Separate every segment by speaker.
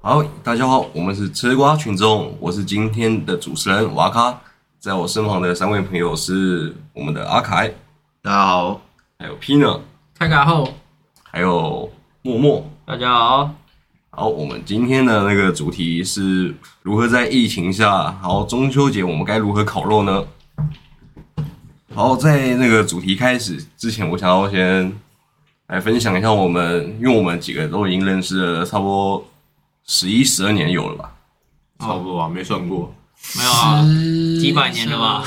Speaker 1: 好，大家好，我们是吃瓜群众，我是今天的主持人瓦卡，在我身旁的三位朋友是我们的阿凯，
Speaker 2: 大家好，
Speaker 1: 还有 Pina，
Speaker 3: 开卡后，
Speaker 1: 还有默默。
Speaker 3: 大家好，
Speaker 1: 好，我们今天的那个主题是如何在疫情下，好中秋节我们该如何烤肉呢？好，在那个主题开始之前，我想要先来分享一下我们，因为我们几个都已经认识了差不多十一、十二年有了吧？
Speaker 2: 差不多吧，啊没算过，
Speaker 3: 没有啊，
Speaker 4: 几
Speaker 3: 几百年了吧？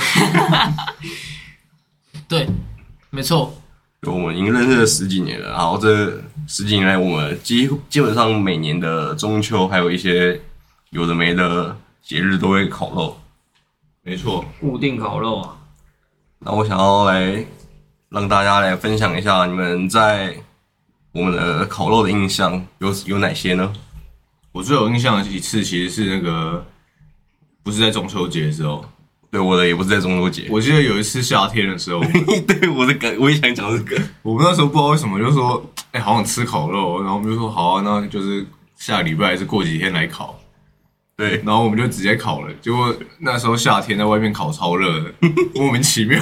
Speaker 4: 对，没错，
Speaker 1: 就我们已经认识了十几年了，然后这十几年来，我们几乎基本上每年的中秋，还有一些有的没的节日都会烤肉。
Speaker 2: 没错，
Speaker 3: 固定烤肉啊，
Speaker 1: 那我想要来让大家来分享一下你们在我们的烤肉的印象有有哪些呢？
Speaker 2: 我最有印象的一次其实是那个，不是在中秋节的时候，
Speaker 1: 对我的也不是在中秋节，
Speaker 2: 我记得有一次夏天的时候，
Speaker 1: 对我的梗我也想讲这个，
Speaker 2: 我们那时候不知道为什么就说，哎、好想吃烤肉，然后我们就说好啊，那就是下个礼拜还是过几天来烤，
Speaker 1: 对，
Speaker 2: 然后我们就直接烤了，结果那时候夏天在外面烤超热的， 莫名其妙，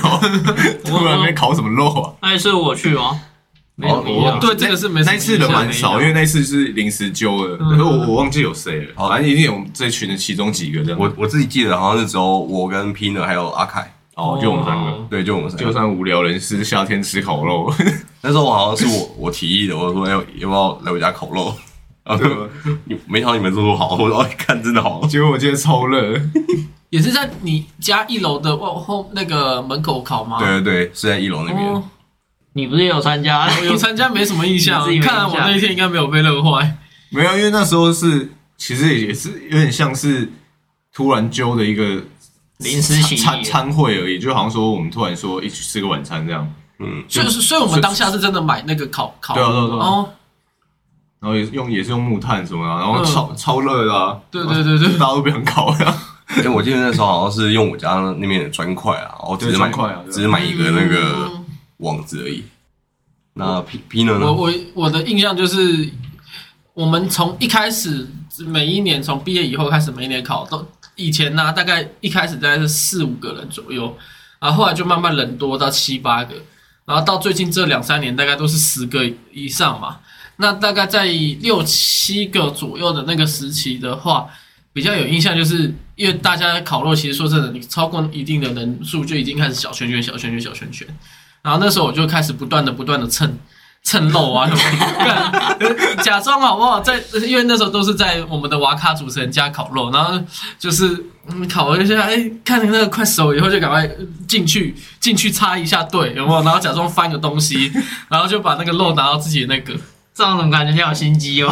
Speaker 2: 突然没烤什么肉啊。
Speaker 3: 那一次哎我去吗？没有
Speaker 1: 哦
Speaker 3: 不一样
Speaker 1: 我
Speaker 4: 对这个是没什么
Speaker 2: 那一次人蛮少，
Speaker 4: 印象
Speaker 2: 因为那一次是临时揪的，可是我我忘记有谁了，反正一定有我们这群的其中几个这样。
Speaker 1: 我我自己记得好像是只有我跟 Pina 还有阿凯，
Speaker 2: 哦，就我们三个，
Speaker 1: 对，就我们三
Speaker 2: 就
Speaker 1: 个。
Speaker 2: 算无聊人士夏天吃烤肉，
Speaker 1: 那时候我好像是我我提议的，我说要要不要来我家烤肉？然后
Speaker 2: 对
Speaker 1: 你没想到你们做说好，我说哎看真的好，
Speaker 2: 结果我记得超热，
Speaker 4: 也是在你家一楼的外后那个门口烤吗？
Speaker 1: 对对对，是在一楼那边。
Speaker 4: 啊哦，
Speaker 3: 你不是也有参加？
Speaker 4: 我有参加没什么印象
Speaker 3: 你 自己，没印象
Speaker 4: 看来我那一天应该没有被乐坏。
Speaker 2: 没有，因为那时候是其实也是有点像是突然揪的一个
Speaker 3: 临时起意
Speaker 2: 餐餐会而已，就好像说我们突然说一起吃个晚餐这样，
Speaker 1: 嗯，
Speaker 4: 所以，所以我们当下是真的买那个烤烤，
Speaker 2: 对啊对啊对啊
Speaker 4: 哦，
Speaker 2: 然后也是用也是用木炭什么啊的，然后
Speaker 4: 嗯
Speaker 2: 超超热的啊，
Speaker 4: 对对对对
Speaker 2: 大家都不想烤啊 了，
Speaker 1: 因为我记得那时候好像是用我家那边的砖块啊，我只是买
Speaker 2: 对砖块啊对
Speaker 1: 只是买一个那个
Speaker 4: 嗯
Speaker 1: 网子而已。那 P P 呢？
Speaker 4: 我我我的印象就是，我们从一开始每一年从毕业以后开始每一年考都以前呢、大概一开始大概是四五个人左右，然后后来就慢慢人多到七八个，然后到最近这两三年大概都是十个以上嘛。那大概在六七个左右的那个时期的话，比较有印象，就是因为大家烤肉，其实说真的，你超过一定的人数就已经开始小圈圈、小圈圈、小圈圈。然后那时候我就开始不断的、不断的蹭蹭肉啊，什么干假装好不好？在因为那时候都是在我们的瓦卡主持人家烤肉，然后就是嗯烤了一下，哎，看那个快熟以后就赶快进去进去插一下队，有没有？然后假装翻个东西，然后就把那个肉拿到自己的那 个，
Speaker 3: 这样怎么感觉你好心机 哦？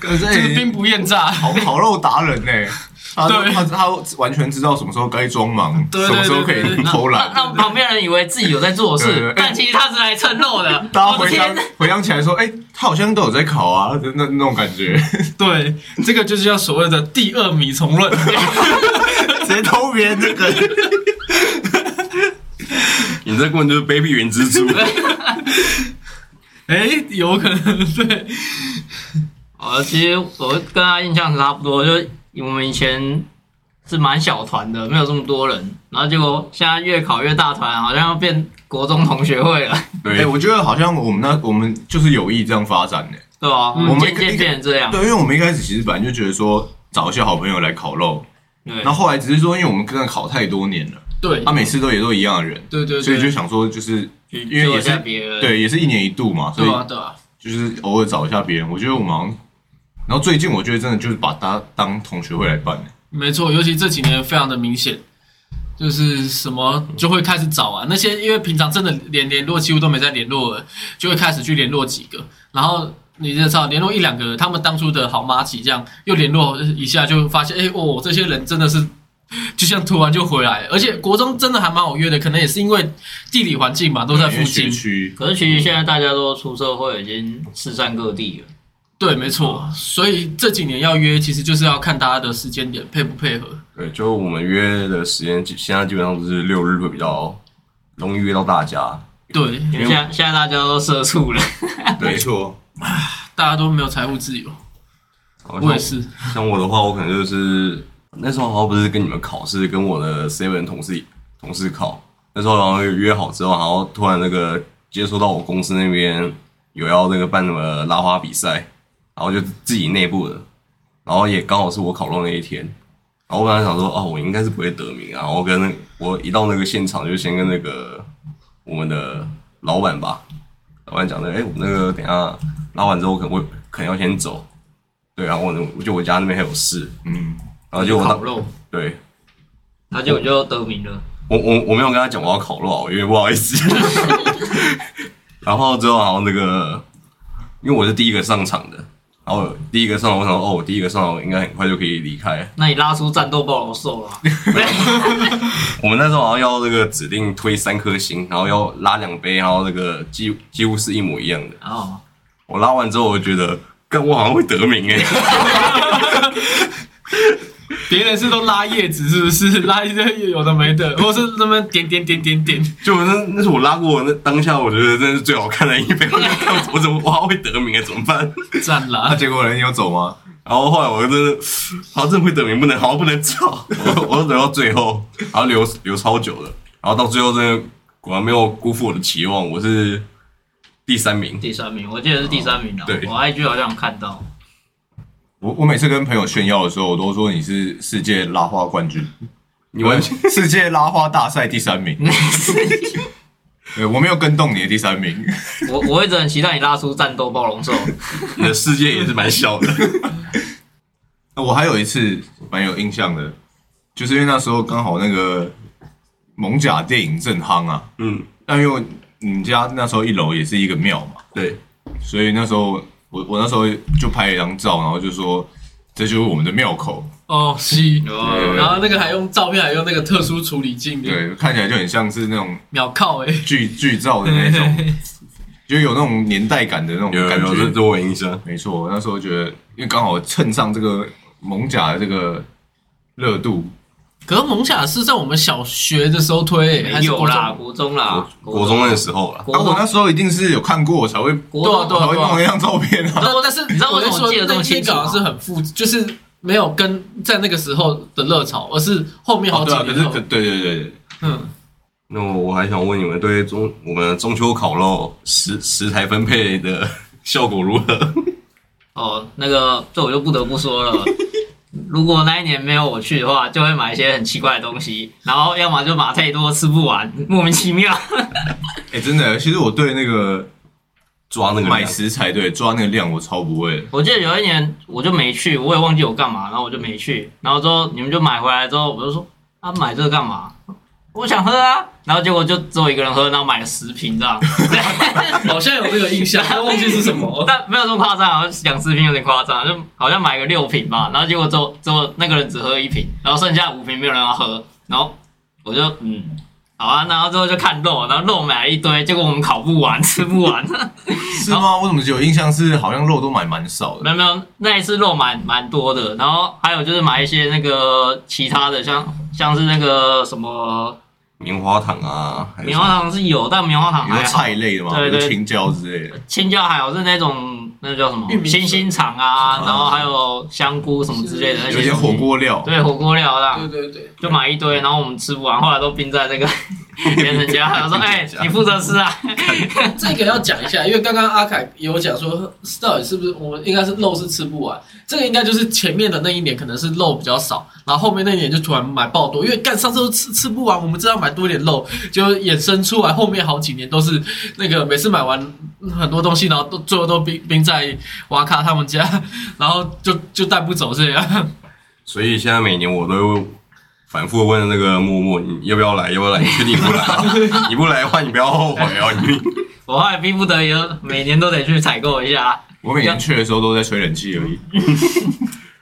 Speaker 2: 可是
Speaker 4: 就是哎兵不厌诈。
Speaker 2: 烤烤肉达人呢、他都
Speaker 4: 对
Speaker 2: 他他完全知道什么时候该装忙，
Speaker 4: 对对
Speaker 2: 什么时候可
Speaker 4: 对
Speaker 2: 以
Speaker 4: 对
Speaker 2: 偷懒
Speaker 3: 让。让旁边人以为自己有在做
Speaker 2: 对对
Speaker 3: 事
Speaker 2: 对，
Speaker 3: 但其实他是来蹭肉的。
Speaker 2: 大家
Speaker 3: 我的
Speaker 2: 回想
Speaker 3: 天，
Speaker 2: 回想起来说，哎、他好像都有在烤啊，那那种感 觉，
Speaker 4: 对，这个就是叫所谓的第二米虫 论。
Speaker 2: 直接偷别人这个。
Speaker 1: 你这根本就是 baby 原蜘蛛。
Speaker 4: 哎，有可能对，
Speaker 3: 呃，其实我跟他印象差不多，就是我们以前是蛮小团的，没有这么多人，然后结果现在越考越大团，好像要变国中同学会 了，
Speaker 2: 哎、
Speaker 1: 对，
Speaker 2: 我觉得好像我们那我们就是有意这样发展的、
Speaker 3: 对吧、
Speaker 4: 嗯
Speaker 3: 我们
Speaker 2: 一
Speaker 3: 渐
Speaker 2: 个一
Speaker 3: 渐
Speaker 2: 个
Speaker 3: 变成这样，
Speaker 2: 对，因为我们一开始其实本来就觉得说找一些好朋友来烤肉，
Speaker 3: 对
Speaker 2: 然后后来只是说，因为我们跟他烤太多年了，
Speaker 4: 对
Speaker 2: 他、，每次都也都一样的人，
Speaker 4: 对对
Speaker 2: 所以就
Speaker 4: 对，啊
Speaker 2: 想说就是
Speaker 3: 因
Speaker 2: 因为也是
Speaker 3: 别人，
Speaker 2: 对，也是一年一度嘛，所
Speaker 4: 对啊
Speaker 2: 以
Speaker 4: 对啊，
Speaker 2: 就是偶尔找一下别人。我觉得我们好像，然后最近我觉得真的就是把大家当同学会来办、欸，
Speaker 4: 没错，尤其这几年非常的明显。就是什么就会开始找啊，那些因为平常真的连联络几乎都没在联络了，就会开始去联络几个，然后你知道联络一两个，他们当初的好妈几这样又联络一下，就发现哎、哦，这些人真的是就像突然就回来了，而且国中真的还蛮好约的，可能也是因为地理环境嘛，都在
Speaker 2: 因
Speaker 4: 附
Speaker 2: 为学
Speaker 4: 近，
Speaker 2: 区，
Speaker 3: 可是其实现在大家都出社会，已经四散各地了。
Speaker 4: 对，没错，所以这几年要约，其实就是要看大家的时间点配不配合。
Speaker 1: 对，就我们约的时间，现在基本上都是六日会比较容易约到大家。
Speaker 4: 对，
Speaker 3: 因为现在现在大家都社畜了，
Speaker 1: 对
Speaker 2: 没错，
Speaker 4: 大家都没有财务自由，
Speaker 1: 好
Speaker 4: 我也是，
Speaker 1: 像我的话，我可能就是那时候好像不是跟你们考试，跟我的 seven 同事同事考，那时候然后约好之后，然后突然那个接收到我公司那边有要那个办什么拉花比赛，然后就自己内部的，然后也刚好是我考中那一天，然后我本来想说哦，我应该是不会得名啊，然后跟那我一到那个现场就先跟那个我们的老板吧，老板讲的，哎、我们那个等一下拉完之后可能会可能要先走。对啊，我我就我家那边还有事，
Speaker 2: 嗯，
Speaker 1: 然后啊就我
Speaker 3: 烤
Speaker 1: 当
Speaker 3: 肉，
Speaker 1: 对
Speaker 3: 然后结果就得名了。
Speaker 1: 我我我没有跟他讲我要烤肉啊，我有点不好意思。 然后之后然后那个，因为我是第一个上场的，然后第一个上场，我想说哦，我第一个上场我应该很快就可以离开。
Speaker 3: 那你拉出战斗暴龙兽了，
Speaker 1: 我们那时候好像要那个指定推三颗星，然后要拉两杯，然后那个几几乎是一模一样的。
Speaker 3: 然后
Speaker 1: 我拉完之后，我就觉得，干我好像会得名哎、
Speaker 4: 别人是都拉叶子，是不是？ 拉一些有的没的，或是那么点点点点点。
Speaker 1: 就我那那是我拉过我那当下，我觉得真的是最好看的一杯。我就看我怎么哇会得名哎、怎么办？
Speaker 4: 赞
Speaker 2: 那
Speaker 4: 啦！
Speaker 2: 啊结果人有走吗？
Speaker 1: 然后后来我真的，好像真的会等名不能，好像不能走， 我我等到最后，然后留留超久了，然后到最后真的果然没有辜负我的期望，我是第三名。
Speaker 3: 第三名，我记得是第三名啊。
Speaker 1: 对
Speaker 3: 我 IG 好像有看到，
Speaker 2: 我我每次跟朋友炫耀的时候，我都说你是世界拉花冠军， 呃
Speaker 1: 你完全
Speaker 2: 世界拉花大赛第三名。 对，我没有跟动你的第三名，
Speaker 3: 我我一直很期待你拉出战斗暴龙兽。
Speaker 1: 你的世界也是蛮小的。
Speaker 2: 我还有一次蛮有印象的，就是因为那时候刚好那个蒙甲电影正夯啊，
Speaker 1: 嗯，
Speaker 2: 但因为你们家那时候一楼也是一个庙嘛，
Speaker 1: 对，
Speaker 2: 所以那时候我我那时候就拍了一张照，然后就说这就是我们的庙口，
Speaker 4: 哦，是。
Speaker 2: 对
Speaker 4: 然后那个还用照片，还用那个特殊处理镜，，
Speaker 1: 嗯
Speaker 2: 对，看起来就很像是那种
Speaker 4: 秒靠哎、
Speaker 2: 剧剧照的那种，就有那种年代感的那种
Speaker 1: 有有
Speaker 2: 感
Speaker 1: 有，这
Speaker 2: 觉。
Speaker 1: 这我有印象。
Speaker 2: 没错，我那时候觉得，因为刚好蹭上这个蒙甲的这个热度，
Speaker 4: 可是蒙甲是在我们小学的时候推、欸，还
Speaker 3: 没
Speaker 4: 是
Speaker 3: 有啦，
Speaker 4: 国中，
Speaker 3: 国中啦，
Speaker 1: 国国中那时候了，
Speaker 3: 国
Speaker 2: 啊，
Speaker 3: 中
Speaker 2: 我那时候一定是有看过，我才会
Speaker 3: 国
Speaker 4: 对啊
Speaker 3: 中
Speaker 4: 对
Speaker 2: 才会弄一张照片啊。
Speaker 4: 但但是
Speaker 3: 你知道为什么
Speaker 4: 我
Speaker 3: 记得这么
Speaker 4: 那
Speaker 3: 清楚
Speaker 4: 那
Speaker 3: 吗
Speaker 4: 个好像是很复，就是没有跟在那个时候的热潮，而是后面好
Speaker 2: 哦，
Speaker 4: 几
Speaker 2: 对啊，可
Speaker 4: 年
Speaker 2: 是
Speaker 4: 后。
Speaker 2: 可对对对对，
Speaker 4: 嗯，
Speaker 1: 那我我还想问你们，对中我们中秋烤肉食食材分配的效果如何？
Speaker 3: 哦，那个这我就不得不说了。如果那一年没有我去的话，就会买一些很奇怪的东西，然后要么就买太多吃不完，莫名其妙。
Speaker 2: 哎，真的，其实我对那个
Speaker 1: 抓那个
Speaker 2: 买
Speaker 1: 量
Speaker 2: 食材对抓那个量我超不会的，
Speaker 3: 我记得有一年我就没去，我也忘记我干嘛，然后我就没去。然后之后你们就买回来之后，我就说啊买这个干嘛？我想喝啊。然后结果就只有一个人喝，然后买了十瓶这样。
Speaker 4: 好像有这个印象，但忘记是什么。
Speaker 3: 但没有这么夸张，好像两四瓶有点夸张，啊就好像买个六瓶吧，然后结果之后之后那个人只喝一瓶，然后剩下五瓶没有人要喝，然后我就嗯，好啊，然后之后就看肉，然后肉买了一堆，结果我们烤不完， 吃不完，
Speaker 2: 是吗？
Speaker 4: 啊
Speaker 2: 我怎么只有印象是好像肉都买蛮少
Speaker 3: 没
Speaker 2: 的？
Speaker 3: 有没有，那一次肉蛮蛮多的，然后还有就是买一些那个其他的，像像是那个什么
Speaker 1: 棉花糖啊，还有什
Speaker 3: 棉
Speaker 1: 么
Speaker 3: 花糖是有，但棉花糖
Speaker 2: 比如
Speaker 3: 还好
Speaker 2: 菜，类的嘛，比
Speaker 3: 对
Speaker 2: 如
Speaker 3: 对
Speaker 2: 青椒之类的。
Speaker 3: 青椒还好是那种那叫什么
Speaker 4: 玉米
Speaker 3: 星星肠啊，
Speaker 2: 啊
Speaker 3: 然后还有香菇什么之类的那
Speaker 2: 有
Speaker 3: 些
Speaker 2: 一些
Speaker 3: 东西
Speaker 2: 火锅料，
Speaker 3: 对火锅料啦，
Speaker 4: 对对对，
Speaker 3: 就买一堆，然后我们吃不完，后来都冰在那个别人家。他说：“哎、你负责吃啊。
Speaker 4: 这个要讲一下，因为刚刚阿凯有讲说，到底是不是我们应该是肉是吃不完？这个应该就是前面的那一年可能是肉比较少，然后后面那一年就突然买爆多，因为干上次都吃吃不完，我们知道买多一点肉，就衍生出来后面好几年都是那个每次买完很多东西，然后都最后都冰冰在瓦卡他们家，然后就就带不走这样。
Speaker 1: 所以现在每年我都反复问那个默默，你要不要来？要不要来？你确定不来、 啊？你不来的话，你不要后悔哦、你”
Speaker 3: 我后来逼不得已，每年都得去采购一下。
Speaker 2: 我每年去的时候都在吹冷气而已，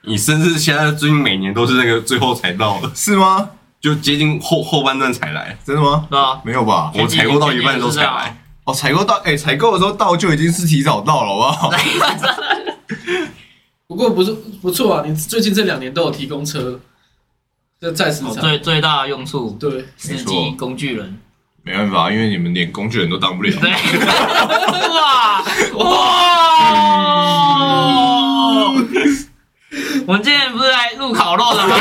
Speaker 1: 你甚至现在最近每年都是那个最后才到的，
Speaker 2: 是吗？
Speaker 1: 就接近后后半段才来。
Speaker 2: 真的吗？
Speaker 3: 是吧？
Speaker 2: 没有吧？
Speaker 1: 我采购到一半的时候才来，
Speaker 2: 哦，采购到，哎、采购的时候到就已经是提早到了，好不好？
Speaker 4: 不过不是不错啊，你最近这两年都有提供车，这在市
Speaker 3: 我哦
Speaker 4: 场
Speaker 3: 最最大的用处，
Speaker 4: 对。
Speaker 3: 司
Speaker 2: 没
Speaker 3: 机
Speaker 2: 错
Speaker 3: 工具 人。
Speaker 2: 没办法，因为你们连工具人都当不了。
Speaker 3: 对，哇哇！我们今天不是来录烤肉的吗？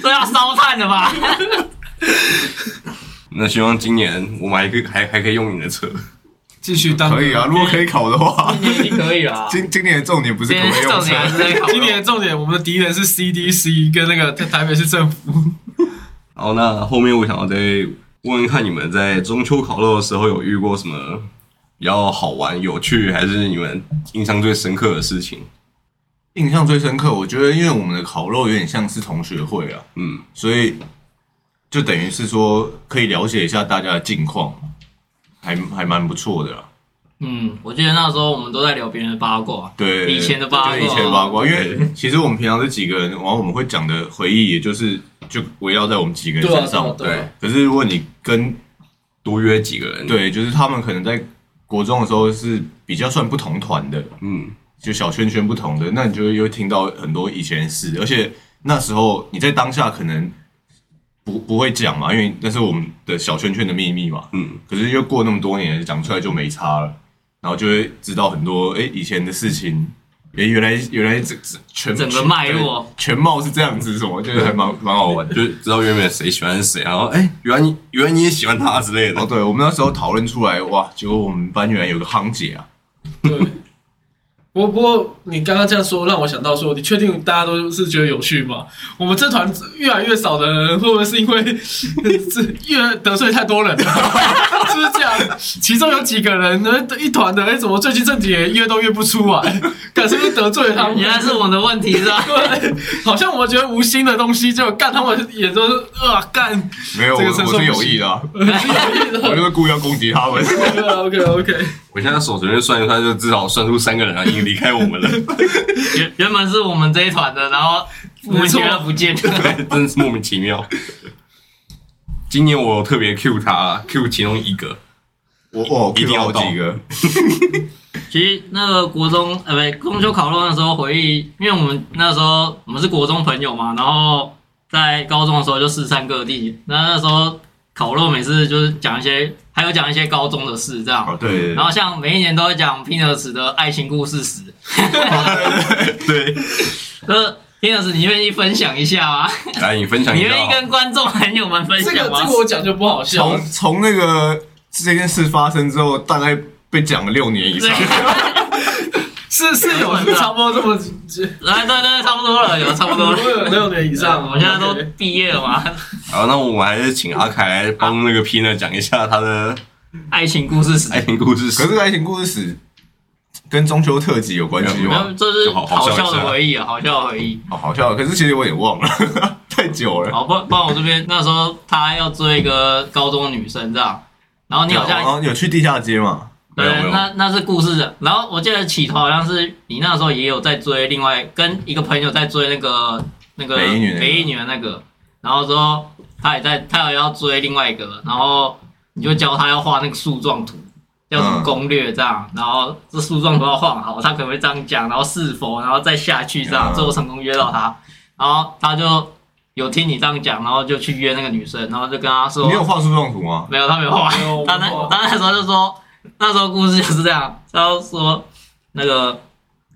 Speaker 3: 都要烧炭的吧？
Speaker 1: 那希望今年我们还可以还还可以用你的车，
Speaker 4: 继续当
Speaker 2: 可以啊，如果可以考的话
Speaker 3: 今，年已经可以了啊。
Speaker 2: 今今年的重点不是
Speaker 3: 今
Speaker 2: 可不可以
Speaker 3: 天
Speaker 2: 用
Speaker 3: 重点还是
Speaker 2: 车，
Speaker 3: 在烤肉。
Speaker 4: 今年的重点，我们的敌人是 CDC 跟那个台北市政府。
Speaker 1: 然后那后面我想要再问问看你们在中秋烤肉的时候有遇过什么比较好玩、有趣，还是你们印象最深刻的事情？
Speaker 2: 印象最深刻，我觉得因为我们的烤肉有点像是同学会啊，
Speaker 1: 嗯，
Speaker 2: 所以就等于是说可以了解一下大家的近况，还还蛮不错的啦。啊
Speaker 3: 嗯，我记得那时候我们都在聊别人的八卦。
Speaker 2: 对，
Speaker 3: 以前的八卦
Speaker 2: 对以前的八卦，因为
Speaker 1: 对
Speaker 2: 其实我们平常是几个人，然后我们会讲的回忆，也就是就围绕在我们几个人身上。
Speaker 4: 对啊对啊
Speaker 2: 可是如果你跟
Speaker 1: 多约几个人，，
Speaker 2: 对，就是他们可能在国中的时候是比较算不同团的，
Speaker 1: 嗯，
Speaker 2: 就小圈圈不同的，那你就会又听到很多以前的事，而且那时候你在当下可能不不会讲嘛，因为那是我们的小圈圈的秘密嘛。
Speaker 1: 嗯，
Speaker 2: 可是又过那么多年，讲出来就没差了，然后就会知道很多哎、诶以前的事情，哎、原来原来这这全
Speaker 3: 整个脉络
Speaker 2: 全全貌是这样子，什么就是还蛮蛮好 玩的。
Speaker 1: 就知道原本谁喜欢谁，然后哎、原来你原来你也喜欢他之类
Speaker 2: 哦，
Speaker 1: 的。
Speaker 2: 对，我们那时候讨论出来，哇，结果我们班原来有个夯姐啊，
Speaker 4: 对，不过不过你刚刚这样说，让我想到说，你确定大家都是觉得有趣吗？我们这团越来越少的人，会不会是因为 是越得罪太多人了？ 是不是这样？其中有几个人呢，一团的，哎，怎么最近这几年约都约不出来？ 敢是不是得罪了他们？
Speaker 3: 原来是我们的问题是吧？
Speaker 4: 对，好像我觉得无心的东西，就干他们也都是啊 干，
Speaker 2: 没有，
Speaker 4: 这个
Speaker 2: 我
Speaker 4: 承
Speaker 2: 我
Speaker 4: 受
Speaker 2: 是
Speaker 4: 不
Speaker 2: 有
Speaker 4: 起
Speaker 2: 意的、啊， 我
Speaker 4: 对
Speaker 2: 就是故意要攻击他们。
Speaker 4: OK OK，
Speaker 1: 我现在手随便算一算，就至少算出三个人啊，已经离开我们 了，
Speaker 3: 原原本是我们这一团的，然后我们觉得不见了。
Speaker 1: 对，真的是莫名其妙。今年我有特别 Q 他，Q 其中一个，
Speaker 2: 我我
Speaker 1: 一定要
Speaker 2: 好
Speaker 1: 到
Speaker 2: 几个，
Speaker 3: 其实那个国中，呃，不对，中秋烤肉那时候回忆，因为我们那时候我们是国中朋友嘛，然后在高中的时候就四散各地。那那时候烤肉每次就是讲一些，还有讲一些高中的事这样。
Speaker 2: 哦，对对对
Speaker 3: 然后像每一年都会讲 Pinners 的爱情故事史，
Speaker 1: 对，
Speaker 3: 呃，Pinners 你愿意分享一下吗？
Speaker 1: 来你分享
Speaker 3: 你
Speaker 1: 一下
Speaker 3: 愿意
Speaker 1: 好了，
Speaker 3: 跟观众朋友们分
Speaker 4: 这
Speaker 3: 享
Speaker 4: 个
Speaker 3: 吗？
Speaker 4: 这个我讲就不好笑
Speaker 2: 从
Speaker 4: 了，
Speaker 2: 从那个这件事发生之后，大概被讲了六年以上。
Speaker 4: 是是有差不多这么
Speaker 3: 来，对对，差不多了，有差不多了。
Speaker 4: 六年以上，哦
Speaker 3: 我们现在都毕业了嘛，
Speaker 1: 好，那我们还是请阿凯来帮那个 P 呢讲一下他的
Speaker 3: 爱情故事史。
Speaker 1: 爱情故事史
Speaker 2: 可是爱情故事史跟中秋特辑有关系
Speaker 1: 没
Speaker 3: 然
Speaker 2: 吗哦
Speaker 3: 后？这是好笑的回忆啊，好笑的回忆。
Speaker 2: 好好笑，可是其实我也忘了， 太久了。
Speaker 3: 好，不不然我这边那时候他要追一个高中女生这样，然后你好像
Speaker 2: 哦有去地下街嘛？
Speaker 1: 没有没
Speaker 3: 对
Speaker 1: 有，
Speaker 3: 嗯那那是故事的。然后我记得起头好像是你那时候也有在追另外跟一个朋友在追那个那个
Speaker 2: 北一女那个
Speaker 3: 北一女的那个，然后之后他也在他也要追另外一个，然后你就教他要画那个树状图。要什么攻略这样，
Speaker 2: 嗯
Speaker 3: 然后这树状图要画好，他可能会这样讲，然后是否，然后再下去这样，
Speaker 2: 嗯
Speaker 3: 最后成功约到他，然后他就有听你这样讲，然后就去约那个女生，然后就跟他说，
Speaker 2: 你有画树状图 吗？
Speaker 3: 没有，他没有画完
Speaker 4: 没有。
Speaker 3: 他那
Speaker 4: 我
Speaker 3: 他那时候就说，那时候故事就是这样，他就说那个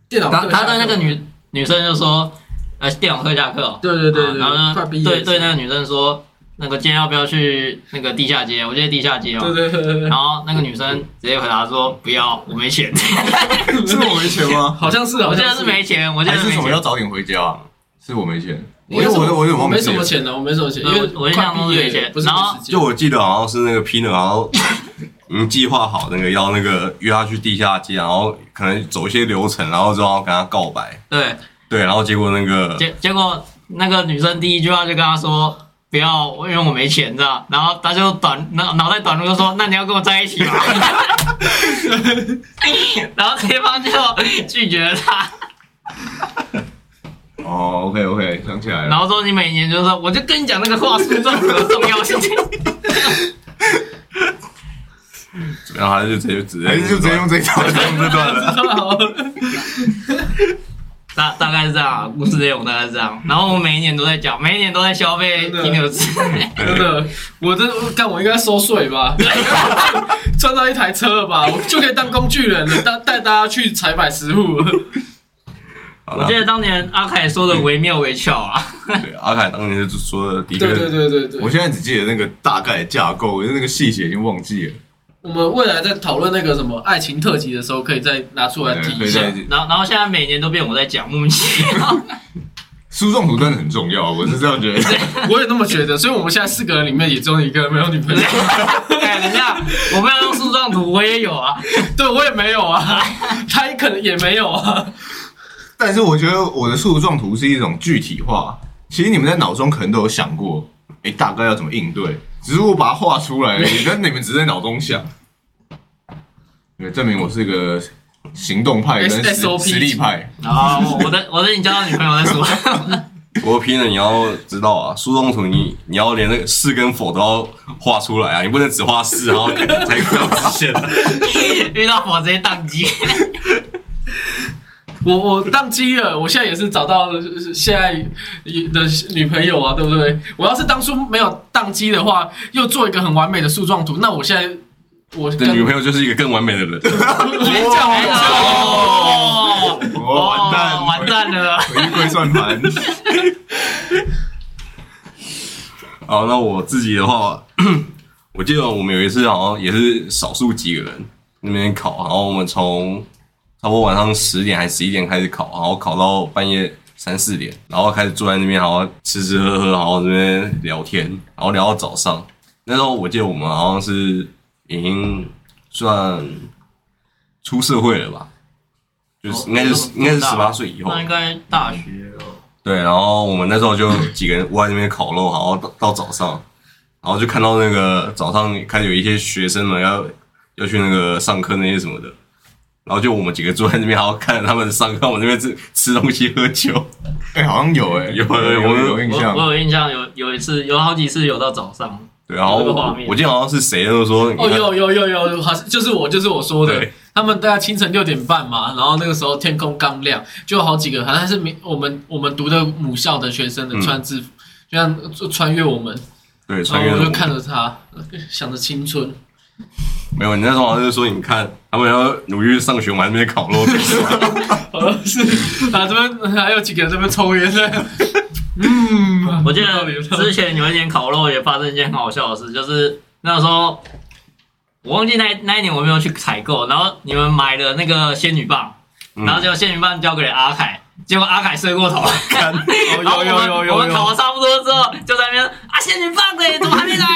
Speaker 4: 电脑
Speaker 3: 他他对那个女女生就说，呃，电脑课下课哦，
Speaker 4: 对对对
Speaker 3: 啊
Speaker 4: 对，
Speaker 3: 然后
Speaker 4: 快
Speaker 3: 呢
Speaker 4: 毕业
Speaker 3: 对对那个女生说，那个今天要不要去那个地下街？我记得地下街
Speaker 4: 对
Speaker 3: 哦。
Speaker 4: 对对对
Speaker 3: 然后那个女生直接回答说不要，我没钱。
Speaker 4: 对，
Speaker 2: 是我没钱 吗？
Speaker 4: 好像是
Speaker 3: 我
Speaker 4: 好
Speaker 3: 现在
Speaker 4: 像
Speaker 3: 是没钱，我现
Speaker 2: 还
Speaker 3: 在
Speaker 2: 是
Speaker 3: 没
Speaker 2: 什么
Speaker 3: 钱
Speaker 2: 要。早点回家啊？是我没钱，
Speaker 4: 因
Speaker 2: 我
Speaker 4: 为
Speaker 2: 有我有我有点
Speaker 4: 我
Speaker 2: 忘记
Speaker 4: 没
Speaker 2: 了
Speaker 4: 什么钱的，我没什么钱，因
Speaker 3: 对
Speaker 4: 为
Speaker 3: 我我印
Speaker 4: 快
Speaker 3: 象中
Speaker 4: 毕
Speaker 3: 是
Speaker 4: 业
Speaker 3: 没钱
Speaker 4: 了，不是
Speaker 3: 然后
Speaker 4: 没时间
Speaker 1: 就我记得好像是那个 P 呢，然后 嗯计划好那个要那个约他去地下街，然后可能走一些流程，然后之后要跟他告白，
Speaker 3: 对，
Speaker 1: 对，然后结果那个
Speaker 3: 结结果那个女生第一句话就跟他说。不要，因为我没钱，这样。然后他就短脑脑袋短路，就说：“那你要跟我在一起吗？” 然后对方就拒绝了他，
Speaker 2: 哦，OK OK，想起来
Speaker 3: 然
Speaker 2: 了。
Speaker 3: 后说：“你每年就说，我就跟你讲那个话术这么重要性。
Speaker 1: 然后他哎就直接直
Speaker 2: 还
Speaker 1: 接
Speaker 2: 是就直接用这一条，用这段了。
Speaker 3: 大”大概是这样啊，故事内容大概是这样。然后我每一年都在讲，每一年都在消费
Speaker 4: 真的
Speaker 3: 金牛座。
Speaker 4: 真的，我这干我应该收税吧， 赚到一台车了吧，我就可以当工具人了，当带大家去采买食物了。
Speaker 1: 好
Speaker 3: 我
Speaker 1: 啦
Speaker 3: 记得当年阿凯说的惟妙惟肖啊，
Speaker 1: 对阿凯当年就说的的确
Speaker 4: 对对对对对，
Speaker 2: 我现在只记得那个大概的架构，那个细节已经忘记了。
Speaker 4: 我们未来在讨论那个什么爱情特辑的时候，可以再拿出来提一
Speaker 2: 对
Speaker 1: 嗯
Speaker 4: 下。
Speaker 2: 对
Speaker 4: 对
Speaker 2: 对，
Speaker 3: 然后然后现在每年都变我在讲，莫名其妙。
Speaker 2: 书中图真的很重要，我是这样觉得。
Speaker 4: 我也那么觉得，所以我们现在四个人里面也只有你一个人没有女 朋友，
Speaker 3: 哎，等一下，我没有用树状图，我也有啊。
Speaker 4: 对我也没有啊，他可能也没有啊。
Speaker 2: 但是我觉得我的树状图是一种具体化，其实你们在脑中可能都有想过，哎、大概要怎么应对，只是我把它画出来而已，但你们只是在脑中想。对，证明我是个行动派跟实
Speaker 4: SOP
Speaker 2: 实力派。
Speaker 3: 然后啊我在我在你交到女朋友在说，
Speaker 1: 不过 P 呢，你要知道啊，树状图你你要连那个是跟否都要画出来啊，你不能只画是，然后才画直线。
Speaker 3: 遇到我直接宕机。
Speaker 4: 我我宕机了，我现在也是找到了现在的女朋友啊，对不对？我要是当初没有宕机的话，又做一个很完美的树状图，那我现在我
Speaker 1: 你的
Speaker 4: 跟
Speaker 1: 女朋友就是一个更完美的人。
Speaker 4: 没讲没讲。
Speaker 3: 哎哦，
Speaker 2: 哦，完蛋，
Speaker 3: 完蛋了。
Speaker 2: 回归算盘。
Speaker 1: 好，那我自己的话， 我记得我们有一次好像也是少数几个人那边考，然后我们从差不多晚上十点还十一点开始考，然后考到半夜三四点，然后开始坐在那边，然后吃吃喝喝，然后这边聊天，然后聊到早上。那时候我记得我们好像是已经算出社会了吧，就是应该是应该是十八岁以后，
Speaker 3: 那应该大学了。
Speaker 1: 对，然后我们那时候就几个人窝在那边烤肉，然后到到早上，然后就看到那个早上开始有一些学生们要要去那个上课那些什么的，然后就我们几个坐在那边，然后看着他们上课，我们那边吃吃东西喝酒，
Speaker 2: 哎、好像有哎、
Speaker 1: 有
Speaker 2: 有
Speaker 1: 有
Speaker 2: 有印象
Speaker 3: 我。我有印象，有有一次，有好几次有到早上。
Speaker 1: 对，然后
Speaker 3: 有那个画面
Speaker 1: 我记得好像是谁都说，你
Speaker 4: 哦，
Speaker 1: 看
Speaker 4: 有有有有，好像就是我，就是我说的
Speaker 1: 对，
Speaker 4: 他们大概清晨六点半嘛，然后那个时候天空刚亮，就有好几个，好像是民我们我们读的母校的学生的
Speaker 1: 嗯
Speaker 4: 穿制服，就像就穿越我们，
Speaker 1: 对穿越
Speaker 4: 然后
Speaker 1: 了
Speaker 4: 我
Speaker 1: 我
Speaker 4: 就看着他，想着青春，
Speaker 1: 没有，你那时候好像就说，你看他们要努力上学，我们还在那边烤肉，
Speaker 4: 好像是啊，这边还有几个人在那边抽烟呢，嗯，
Speaker 3: 我记
Speaker 4: 有
Speaker 3: 得
Speaker 4: 道理有道理
Speaker 3: 之前有一年烤肉也发生一件很好笑的事，就是那时候我忘记那那一年我没有去采购，然后你们买了那个仙女棒，
Speaker 1: 嗯
Speaker 3: 然后结果仙女棒交给了阿凯，结果阿凯睡过头，
Speaker 4: 有
Speaker 3: 然后我
Speaker 4: 有
Speaker 3: 们
Speaker 4: 有有
Speaker 3: 我
Speaker 4: 有
Speaker 3: 们烤
Speaker 4: 有，
Speaker 3: 了差不多之后就在那边啊仙女棒嘞，怎么还没来？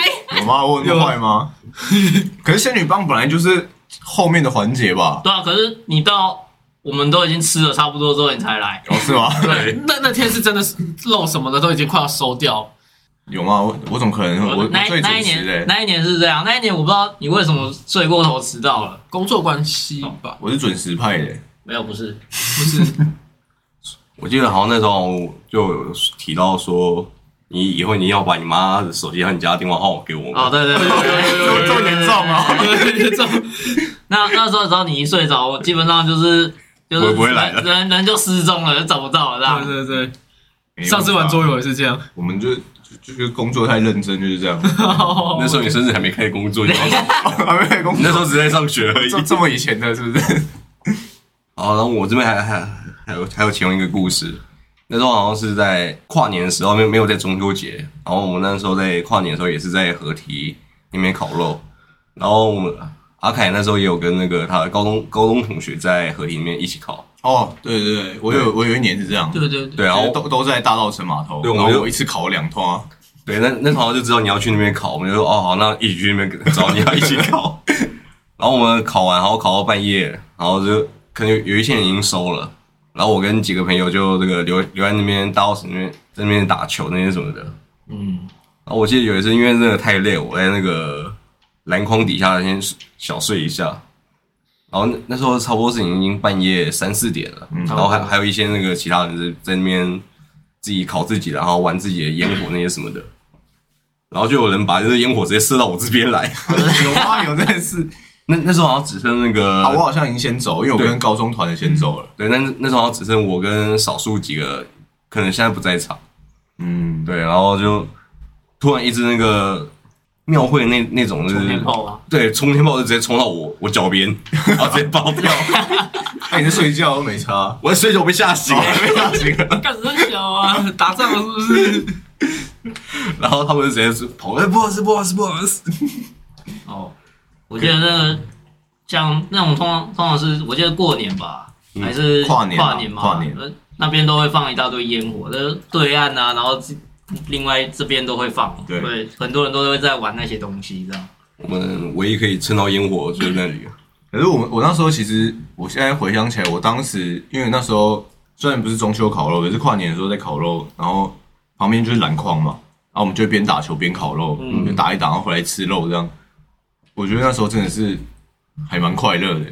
Speaker 2: 我妈问那么坏吗？ 可是仙女棒本来就是后面的环节吧？
Speaker 3: 对啊，可是你到我们都已经吃了差不多之后你才来，
Speaker 2: 哦，是吗？
Speaker 1: 对，
Speaker 4: 那那天是真的是肉什么的都已经快要收掉，
Speaker 2: 有吗？我我怎么可能？我我
Speaker 3: 那
Speaker 2: 最
Speaker 3: 那一
Speaker 2: 准时的、
Speaker 3: 年那一年是这样，那一年我不知道你为什么睡过头迟到了，
Speaker 4: 工作关系 吧，
Speaker 2: 我是准时派的、
Speaker 3: 没有不是，
Speaker 4: 不是，
Speaker 1: 我记得好像那时候就有提到说，你以后你要把你妈的手机和你家的电话号码给我们。
Speaker 3: 哦对对对对对。
Speaker 4: 有有有
Speaker 2: 这么严重啊！
Speaker 4: 有这种。
Speaker 3: 那那时候只要你一睡着，我基本上就是就是
Speaker 1: 我不会来的
Speaker 3: 人人就失踪了，就找不到了这样。
Speaker 4: 对
Speaker 2: 没
Speaker 4: 对
Speaker 2: 有
Speaker 4: 对，上次玩桌游也是这样。
Speaker 2: 我们就就就是工作太认真，就是这 样。哦
Speaker 1: 那时候你甚至还没开始工作，你知道吗
Speaker 2: 还没工
Speaker 1: 你那时候只在上学 而已。
Speaker 2: 这这么以前的，是不是？
Speaker 1: 好，然后我这边还还还有还有其中一个故事，那时候好像是在跨年的时候，没有没有在中秋节，然后我们那时候在跨年的时候也是在合体那边烤肉，然后我们阿凯那时候也有跟那个他的高中高中同学在合体里面一起烤，
Speaker 2: 哦，对对对，我有我有一年是这样，
Speaker 4: 对对对，
Speaker 1: 对，然
Speaker 2: 就是
Speaker 1: 后
Speaker 2: 都都在大稻城码头，
Speaker 1: 对我
Speaker 2: 然
Speaker 1: 们就
Speaker 2: 后我一次烤了两趟啊。
Speaker 1: 对，那那时候好像就知道你要去那边烤，我们就说哦好，那一起去那边找你要一起烤。 然后我们烤完，然后烤到半夜，然后就可能有有一些人已经收了，然后我跟几个朋友就这个留留在那边大稻城那边在那边打球那些什么的。
Speaker 3: 嗯，
Speaker 1: 然后我记得有一次因为真的太累，我在那个篮筐底下先小睡一下。然后那那时候差不多是已经半夜三四点了，
Speaker 2: 嗯
Speaker 1: 然后还还有一些那个其他人是在那边自己烤自己的，然后玩自己的烟火那些什么的。然后就有人把这个烟火直接射到我这边来。
Speaker 2: 有啊， 有这件事
Speaker 1: 那那时候好像只剩那个
Speaker 2: 啊！我好像已经先走，因为我
Speaker 1: 对
Speaker 2: 跟高中团的先走了。
Speaker 1: 对，那那时候好像只剩我跟少数几个，可能现在不在场。
Speaker 2: 嗯，
Speaker 1: 对，然后就突然一只那个庙会那那种就是
Speaker 3: 冲天炮啊，
Speaker 1: 对，冲天炮就直接冲到我我脚边，然后直接爆 掉。
Speaker 2: 哎，你在睡觉都没差，哦
Speaker 1: 我在睡着我被吓醒了，
Speaker 2: 没差几个。
Speaker 4: 干什么小啊？打仗了是不是？
Speaker 1: 然后他们就直接是跑，哎、不好意思，不好意思，不好意思。
Speaker 3: 哦，我记得那个像那种通常通常是我记得过年吧，
Speaker 1: 嗯
Speaker 3: 还是
Speaker 2: 跨年啊
Speaker 3: 跨年嘛，
Speaker 2: 跨年
Speaker 3: 呃那边都会放一大堆烟火，那对岸啊，然后这另外这边都会放，
Speaker 2: 对
Speaker 3: 对，很多人都会在玩那些东西，这样。
Speaker 1: 我们唯一可以撑到烟火就是那里，
Speaker 2: 可是我我那时候其实，我现在回想起来，我当时因为那时候虽然不是中秋烤肉，可是跨年的时候在烤肉，然后旁边就是篮筐嘛，然后我们就边打球边烤肉，
Speaker 3: 嗯
Speaker 2: 就打一打，然后回来吃肉这样。我觉得那时候真的是还蛮快乐的，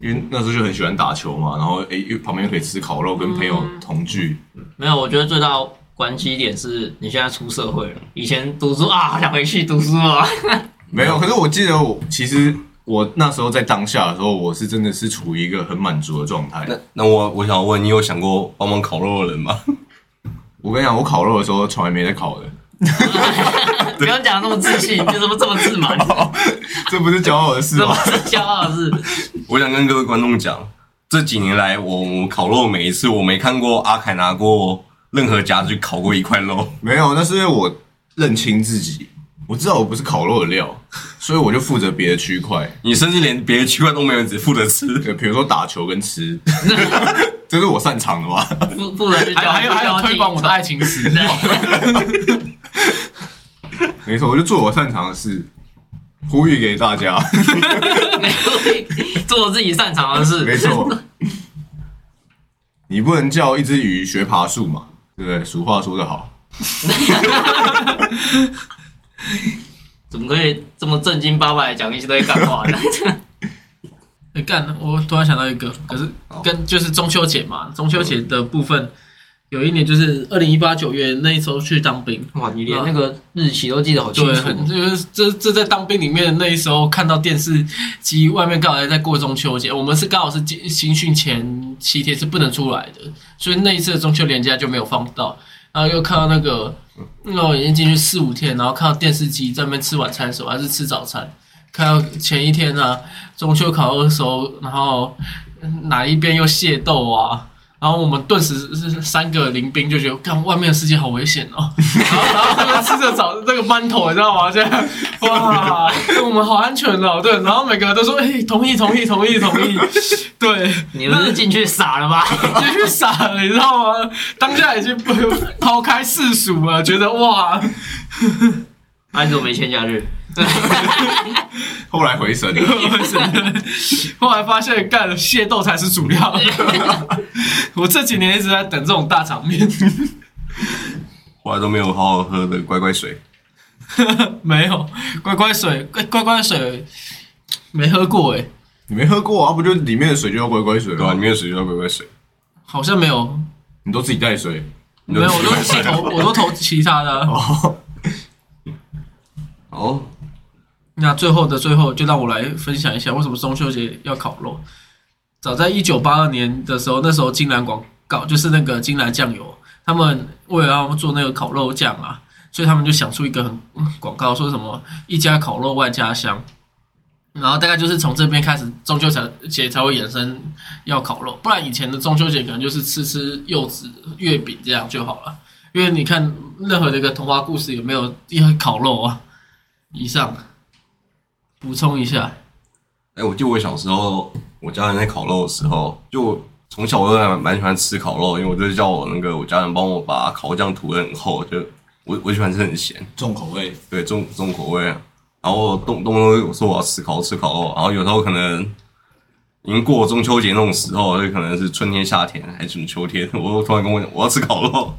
Speaker 2: 因为那时候就很喜欢打球嘛，然后诶、又旁边又可以吃烤肉，跟朋友同聚。
Speaker 3: 没有，我觉得最大关系点是你现在出社会了，以前读书啊，好想回去读书啊，
Speaker 2: 没有，可是我记得我其实我那时候在当下的时候，我是真的是处于一个很满足的状态。
Speaker 1: 那那我我想问，你有想过帮忙烤肉的人吗？
Speaker 2: 我跟你讲，我烤肉的时候从来没在烤的。
Speaker 3: 不用讲得那么自信，你怎么这么自满？
Speaker 2: 这不是骄傲的事哦
Speaker 3: 这么
Speaker 2: 吗？
Speaker 3: 骄傲的是？
Speaker 1: 我想跟各位观众讲，这几年来我我烤肉每一次，我没看过阿凯拿过任何夹子去烤过一块肉。
Speaker 2: 没有，那是因为我认清自己，我知道我不是烤肉的料，所以我就负责别的区块，
Speaker 1: 你甚至连别的区块都没有，只负责吃。
Speaker 2: 呃，比如说打球跟吃， 这是我擅长的吧？
Speaker 3: 不不能去
Speaker 4: 还有还有还有推广我的爱情史，
Speaker 2: 没错，我就做我擅长的事，呼吁给大家。
Speaker 3: 做自己擅长的事。
Speaker 2: 没错，你不能叫一只鱼学爬树嘛，对不对？俗话说得好，
Speaker 3: 怎么可以这么正经八百地讲一些堆干话呢？
Speaker 4: 欸干、我突然想到一个，可是
Speaker 1: 好
Speaker 4: 跟就是中秋节嘛，中秋节的部分，有一年就是二零一八九月那一时候去当兵，
Speaker 3: 哇，你连那个日期都记得好清
Speaker 4: 对，
Speaker 3: 楚。
Speaker 4: 很就是这这在当兵里面那一时候看到电视机外面刚好在过中秋节，我们是刚好是进新训前七天是不能出来的，所以那一次的中秋连假就没有放到，然后又看到那个，那我已经进去四五天，然后看到电视机在那边吃晚餐的时候还是吃早餐，看到前一天啊中秋烤肉的时候，然后哪一边又械斗啊。然后我们顿时是三个林兵就觉得，看外面的世界好危险哦。然后然后他们吃着早那个馒头，你知道吗？这样，哇，我们好安全哦。对，然后每个人都说，哎，同意，同意，同意，同意。对，
Speaker 3: 你们是进去傻了 吧？
Speaker 4: 就去傻了，你知道吗？当下已经不抛开世俗了，觉得哇，
Speaker 3: 那你怎么没签假 日？
Speaker 2: 后来回神了。
Speaker 4: 后来发现干了械斗才是主要。 我这几年一直在等这种大场面，
Speaker 1: 后来都没有好好喝的乖乖水。
Speaker 4: 没有乖乖水，乖乖乖水没喝过哎、
Speaker 2: 你没喝过啊？不就里面的水就叫乖乖水
Speaker 1: 对吧、啊
Speaker 2: 吗？
Speaker 1: 里面有水就叫乖乖水。
Speaker 4: 好像没有，
Speaker 2: 你都自己带水
Speaker 1: 你
Speaker 4: 没
Speaker 1: 就
Speaker 4: 有，
Speaker 1: 自
Speaker 4: 我
Speaker 1: 己
Speaker 4: 都
Speaker 1: 买
Speaker 4: 是
Speaker 1: 水
Speaker 4: 投，我都投其他的啊。
Speaker 2: 哦。
Speaker 1: 哦，
Speaker 4: 那最后的最后，就让我来分享一下为什么中秋节要烤肉。早在一九八二年的时候，那时候金兰广告就是那个金兰酱油，他们为了要做那个烤肉酱啊，所以他们就想出一个很嗯广告，说什么一家烤肉万家香。然后大概就是从这边开始，中秋才节才会衍生要烤肉，不然以前的中秋节可能就是吃吃柚子、月饼这样就好了。因为你看任何的一个童话故事也没有要烤肉啊。以上。补充一下，
Speaker 1: 哎、我记得我小时候，我家人在烤肉的时候，就从小我就蛮蛮喜欢吃烤肉，因为我就叫我那个我家人帮我把烤酱涂得很厚，就我我喜欢吃很咸，
Speaker 2: 重口味，
Speaker 1: 对重重口味啊。然后动动不动我说我要吃烤肉吃烤肉，然后有时候可能已经过中秋节那种时候，就可能是春天夏天还是秋天，我突然跟我讲我要吃烤肉，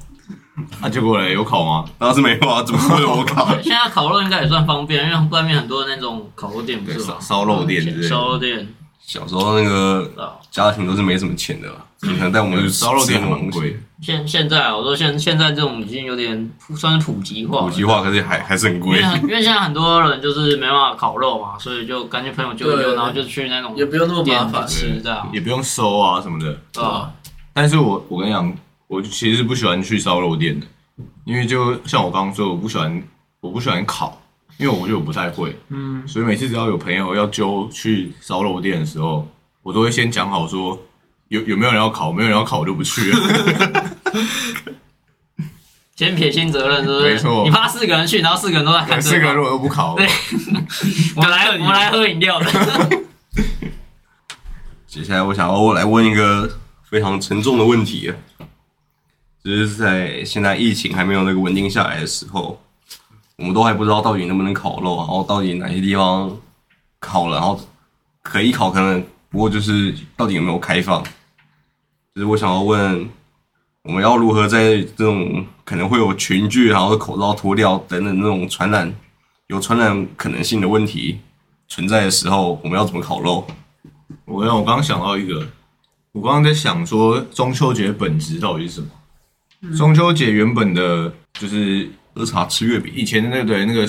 Speaker 2: 那、啊结果嘞，有烤吗？
Speaker 1: 然后是没有啊，怎么会有我烤？
Speaker 3: 现在烤肉应该也算方便，因为外面很多那种烤肉店不
Speaker 2: 对，
Speaker 3: 是
Speaker 2: 烧
Speaker 3: 吗？
Speaker 2: 烧肉店之类
Speaker 3: 嗯烧
Speaker 2: 的。
Speaker 3: 肉店
Speaker 1: 小时候那个
Speaker 3: 啊，
Speaker 1: 家庭都是没什么钱的啦，可能带我们去
Speaker 2: 嗯烧肉店还
Speaker 1: 很
Speaker 2: 蛮贵的，
Speaker 3: 现现在啊我说现现在这种已经有点普算是普及化了，
Speaker 1: 普及化，可是还还是很
Speaker 3: 因
Speaker 1: 贵。
Speaker 3: 为嗯 因为现在很多人就是没办法烤肉嘛，所以就干脆朋友揪一揪，
Speaker 4: 对
Speaker 3: 然后就去那种
Speaker 4: 也不用那么麻烦
Speaker 3: 店吃这样，
Speaker 2: 也不用收啊什么的。
Speaker 3: 对吧？
Speaker 2: 但是我我跟你讲，我其实是不喜欢去烧肉店的，因为就像我刚刚说，我不喜欢我不喜欢烤，因为我就不太会，
Speaker 4: 嗯，
Speaker 2: 所以每次只要有朋友要揪去烧肉店的时候，我都会先讲好说有有没有人要考，没有人要考我就不去 了。
Speaker 3: 先撇清责任，是不是？
Speaker 2: 没错
Speaker 3: 你怕四个人去，然后四个人都在看
Speaker 2: 四
Speaker 3: 对
Speaker 2: 个人
Speaker 3: 方。
Speaker 2: 如果都不考，
Speaker 3: 对，我们来我们来喝 饮料的。
Speaker 1: 接下来我想要来问一个非常沉重的问题了，就是在现在疫情还没有那个稳定下来的时候，我们都还不知道到底能不能烤肉，然后到底哪些地方烤了，然后可以烤，可能不过就是到底有没有开放，就是我想要问，我们要如何在这种可能会有群聚，然后口罩脱掉等等那种传染有传染可能性的问题存在的时候，我们要怎么烤肉？
Speaker 2: 我让我刚刚想到一个，我刚刚在想说中秋节本质到底是什么？中秋节原本的就是
Speaker 1: 喝茶吃月饼。
Speaker 2: 以前的那个对那个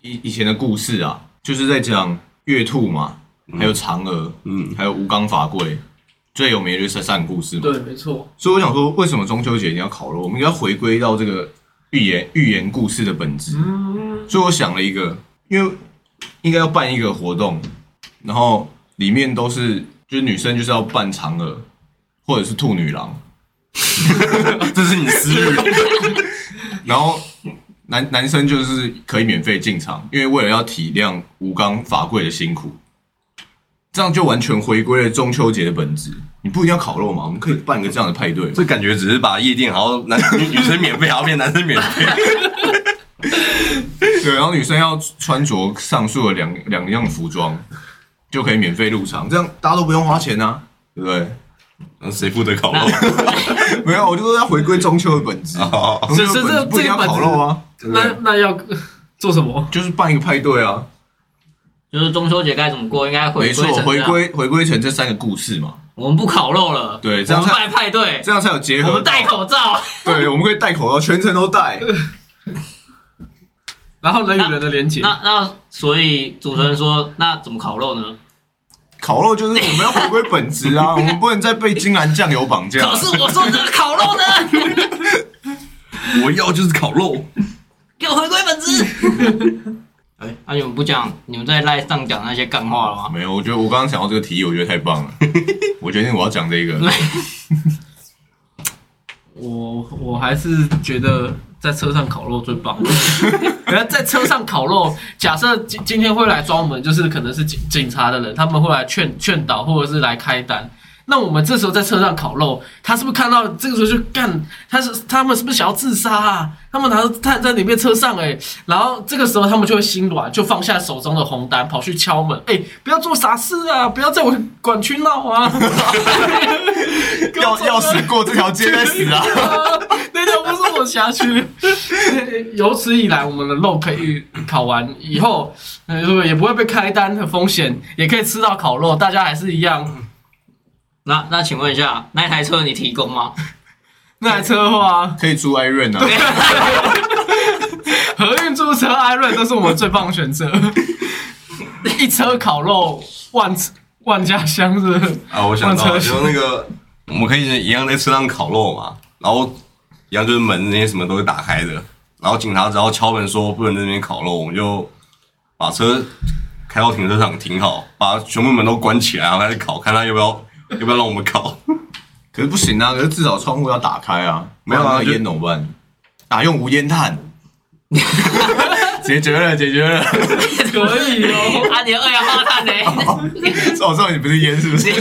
Speaker 2: 以以前的故事啊，就是在讲月兔嘛，还有嫦娥，
Speaker 1: 嗯
Speaker 2: 还有吴刚伐桂，最有名的就是三个故事嘛。
Speaker 4: 对，没错，
Speaker 2: 所以我想说，为什么中秋节一定要烤肉？我们应该回归到这个寓言寓言故事的本质。
Speaker 4: 嗯，
Speaker 2: 所以我想了一个，因为应该要办一个活动，然后里面都是就是女生就是要扮嫦娥或者是兔女郎，
Speaker 1: 这是你私欲。
Speaker 2: 然后男男生就是可以免费进场，因为为了要体谅吴刚伐桂的辛苦，这样就完全回归了中秋节的本质。你不一定要烤肉嘛，我们可以办一个这样的派对。
Speaker 1: 这感觉只是把夜店，然后男女女生免费，然后变男生免费。
Speaker 2: 对，然后女生要穿着上述的两两样服装，就可以免费入场，这样大家都不用花钱啊，对不 对？
Speaker 1: 那 谁负责烤肉？
Speaker 2: 没有，我就说要回归中秋的本质。
Speaker 3: 啊
Speaker 1: 哦
Speaker 2: 中秋的
Speaker 4: 是是
Speaker 2: 本质
Speaker 4: 这
Speaker 2: 不一定要
Speaker 4: 这个本
Speaker 2: 烤
Speaker 4: 质
Speaker 2: 肉啊，
Speaker 4: 那那要 做什么？
Speaker 2: 就是办一个派对啊。
Speaker 3: 就是中秋节该怎么过，应该回
Speaker 2: 没
Speaker 3: 归成
Speaker 2: 错
Speaker 3: 这，样
Speaker 2: 回，归回归成这三个故事嘛，
Speaker 3: 我们不烤肉了，
Speaker 2: 对这
Speaker 3: 我
Speaker 2: 样
Speaker 3: 们
Speaker 2: 才
Speaker 3: 办派对，
Speaker 2: 这样才有结合。
Speaker 3: 我们戴，口罩，
Speaker 2: 对，我们可以戴口罩，全程都戴。
Speaker 4: 然后人与人的连接，
Speaker 3: 那那所以主持人说，那怎么烤肉呢？
Speaker 2: 烤肉就是我们要回归本质啊，我们不能再被金兰酱油绑架。
Speaker 3: 可是我说这个烤肉呢，
Speaker 1: 我要就是烤肉。
Speaker 3: 给我回归本质。 哎，那、你们不讲，你们在赖上讲那些干话了吗？
Speaker 2: 啊没有，我觉得我刚刚想到这个提议，我觉得太棒了。我决定我要讲这个。
Speaker 4: 我我还是觉得在车上烤肉最棒。 然后在车上烤肉，假设今今天会来抓我们，就是可能是警警察的人，他们会来劝劝导，或者是来开单。那我们这时候在车上烤肉，他是不是看到这个时候就干？他是他们是不是想要自杀啊？他们拿着炭在里面车上哎、然后这个时候他们就会心软，就放下手中的红单，跑去敲门，哎、不要做傻事啊，不要在我管区闹啊！
Speaker 2: 要要死过这条街再死啊！
Speaker 4: 那条不是我辖区。 有此以来，我们的肉可以烤完以后，呃，也不会被开单的风险，也可以吃到烤肉，大家还是一样。
Speaker 3: 那那请问一下，那台车你提供吗？
Speaker 4: 那台车的话，
Speaker 2: 可以租艾润啊，
Speaker 4: 合运租车、艾瑞都是我们最棒的选择。 一车烤肉，万万家香是不是？
Speaker 1: 啊，我想到
Speaker 4: 换车
Speaker 1: 了就那个，我们可以一样在车上烤肉嘛，然后一样就是门那些什么都是打开的，然后警察只要敲门说不能在那边烤肉，我们就把车开到停车场停好，把全部门都关起来，然后开始烤，看他要不要要不要让我们烤。
Speaker 2: 可是不行啊，可是至少窗户要打开啊，
Speaker 1: 没有啊
Speaker 2: 不然那个
Speaker 1: 就
Speaker 2: 烟怎么办？打用无烟 炭，解决了，解决了。
Speaker 4: 可以哦。
Speaker 3: 啊，你的二氧化碳呢、
Speaker 2: 我知道你哦不是烟是不是？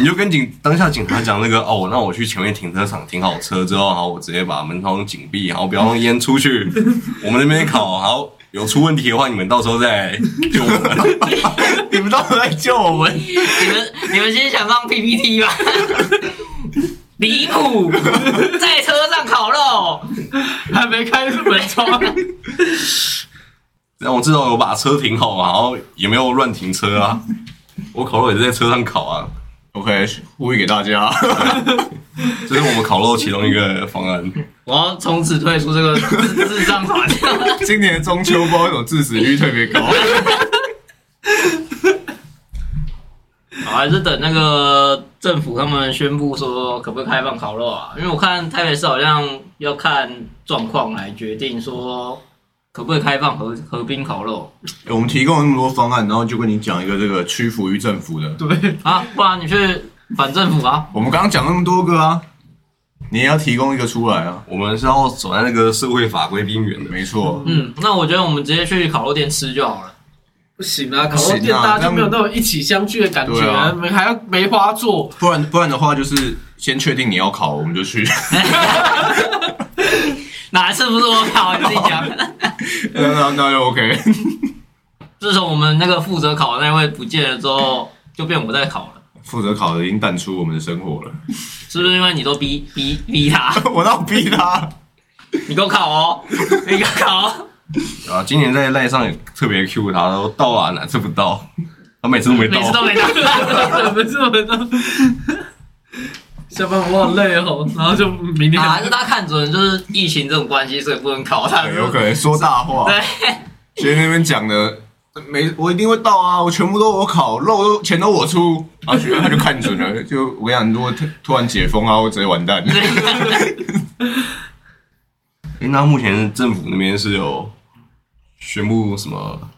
Speaker 1: 你就跟警当下警察讲那个哦，那我去前面停车场停好车之后，然后我直接把门窗紧闭，然后不要让烟出 去。我们那边烤，然后有出问题的话，你们到时候再来救我们。
Speaker 2: 你们到时候来救我们。
Speaker 3: 你们你们先想放 PPT 吧，离谱，在车上烤肉，
Speaker 4: 还没开日本窗，
Speaker 1: 然后我至少有把车停好嘛，然后也没有乱停车啊。我烤肉也是在车上烤啊，
Speaker 2: OK，呼吁给大家，
Speaker 1: 这是我们烤肉其中一个方案。
Speaker 3: 我要从此退出这个智智障团。
Speaker 2: 今年中秋不知道为什么致死率特别 高。
Speaker 3: 好，还是等那个政府他们宣布说可不可以开放烤肉啊？因为我看台北市好像要看状况来决定说可不可以开放河河滨烤肉
Speaker 2: 欸我们提供了那么多方案，然后就跟你讲一个这个屈服于政府的。
Speaker 4: 对，
Speaker 3: 啊？不然你去反政府啊？
Speaker 2: 我们刚刚讲那么多个啊，你也要提供一个出来啊。
Speaker 1: 我们是要走在那个社会法规边缘的。
Speaker 2: 没错，
Speaker 3: 嗯，那我觉得我们直接去烤肉店吃就好了。
Speaker 4: 不行啊，烤
Speaker 2: 不行
Speaker 4: 肉
Speaker 2: 啊
Speaker 4: 店大家就没有那种一起相聚的感觉、
Speaker 2: 对啊
Speaker 4: 没还要梅花座，
Speaker 2: 不然不然的话就是先确定你要考，我们就去。
Speaker 3: 哪一次不是我烤？你自己讲。
Speaker 2: 那那那就 OK。
Speaker 3: 自从我们那个负责烤的那位不见了之后，就变我在烤了。
Speaker 2: 负责考的已经淡出我们的生活了，
Speaker 3: 是不是因为你都逼逼逼他？
Speaker 2: 我要逼他。
Speaker 3: 你给我烤哦，你给我烤、哦。
Speaker 1: 啊，今年在赖上也特别 Q 他，然后到啊，哪次不到？他每次都没到
Speaker 3: 每。次都没到。 啊
Speaker 4: 怎么这么的？下班我好累哦，然后就明天、
Speaker 3: 啊，还是他看准就是疫情这种关系，所以不能烤他。
Speaker 2: 有可能说大话。
Speaker 3: 对，
Speaker 2: 其实那边讲的没，我一定会到啊，我全部都我烤，肉都钱都我出。然后学他就看准了， 就我跟你讲，如果突突然解封啊，我直接完蛋。
Speaker 1: 诶那目前政府那边是有宣布什么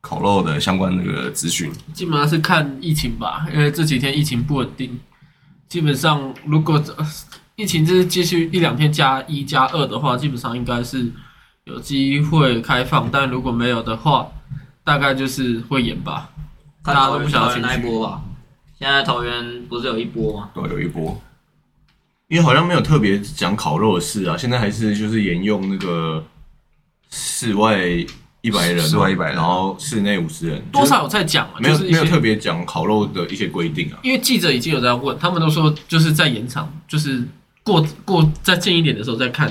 Speaker 1: 烤肉的相关那个资讯？
Speaker 4: 基本上是看疫情吧，因为这几天疫情不稳定。基本上，如果、呃疫情就是继续一两天加一加二的话，基本上应该是有机会开放，但如果没有的话，大概就是会延吧。大家都不想要
Speaker 3: 去
Speaker 4: 进
Speaker 3: 那一
Speaker 4: 去。
Speaker 3: 波吧？现在桃园不是有一波吗？
Speaker 1: 对，有一波。
Speaker 2: 因为好像没有特别讲烤肉的事啊，现在还是就是沿用那个室外一百人嘛，
Speaker 1: 室外100人
Speaker 2: 然后室内五十人，
Speaker 4: 多少有在讲啊，
Speaker 2: 没有
Speaker 4: 就是一
Speaker 2: 没有特
Speaker 4: 些，
Speaker 2: 别讲烤肉的一些规定啊。
Speaker 4: 因为记者已经有在问，他们都说就是在延长，就是过过再近一点的时候再看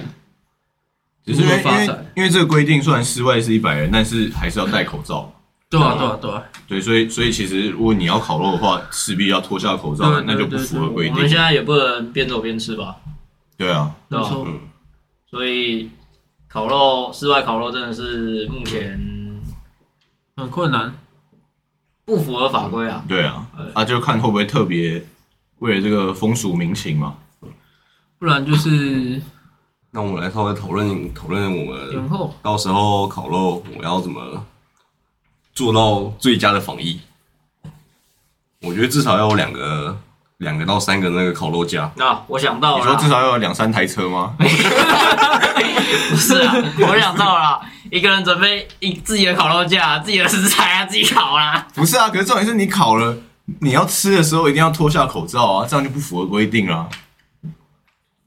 Speaker 2: 只
Speaker 4: 如
Speaker 2: 是因
Speaker 4: 何
Speaker 2: 为因
Speaker 4: 发
Speaker 2: 为
Speaker 4: 展。
Speaker 2: 因为这个规定，虽然室外是一百人，但是还是要戴口罩。
Speaker 4: 对啊，对啊，对啊，
Speaker 2: 对，所以所以其实如果你要烤肉的话，势必要脱下口罩，
Speaker 4: 对
Speaker 2: 那就不符合规
Speaker 3: 我们
Speaker 2: 定
Speaker 3: 现。在也不能边走边吃吧？
Speaker 2: 对啊，
Speaker 3: 对
Speaker 4: 没
Speaker 3: 吧？
Speaker 4: 错。
Speaker 3: 所以烤肉，室外烤肉真的是目前
Speaker 4: 很困难，
Speaker 3: 不符合法规啊。
Speaker 2: 对啊
Speaker 3: 对，
Speaker 2: 啊就看会不会特别为了这个风俗民情嘛。
Speaker 4: 不然就是
Speaker 1: 那我们来稍微讨论讨论我们
Speaker 4: 延后。
Speaker 1: 到时候烤肉我要怎么做到最佳的防疫？我觉得至少要有两个两个到三个那个烤肉架。
Speaker 3: 啊，我想到
Speaker 2: 你
Speaker 3: 了
Speaker 2: 说至
Speaker 3: 啦，
Speaker 2: 少要有两三台车吗？
Speaker 3: 不是啊，我想到了啦，一个人准备一自己的烤肉架、自己的食材啊，自己烤啦。
Speaker 2: 不是啊，可是重点是你烤了，你要吃的时候一定要脱下口罩啊，这样就不符合规定啦。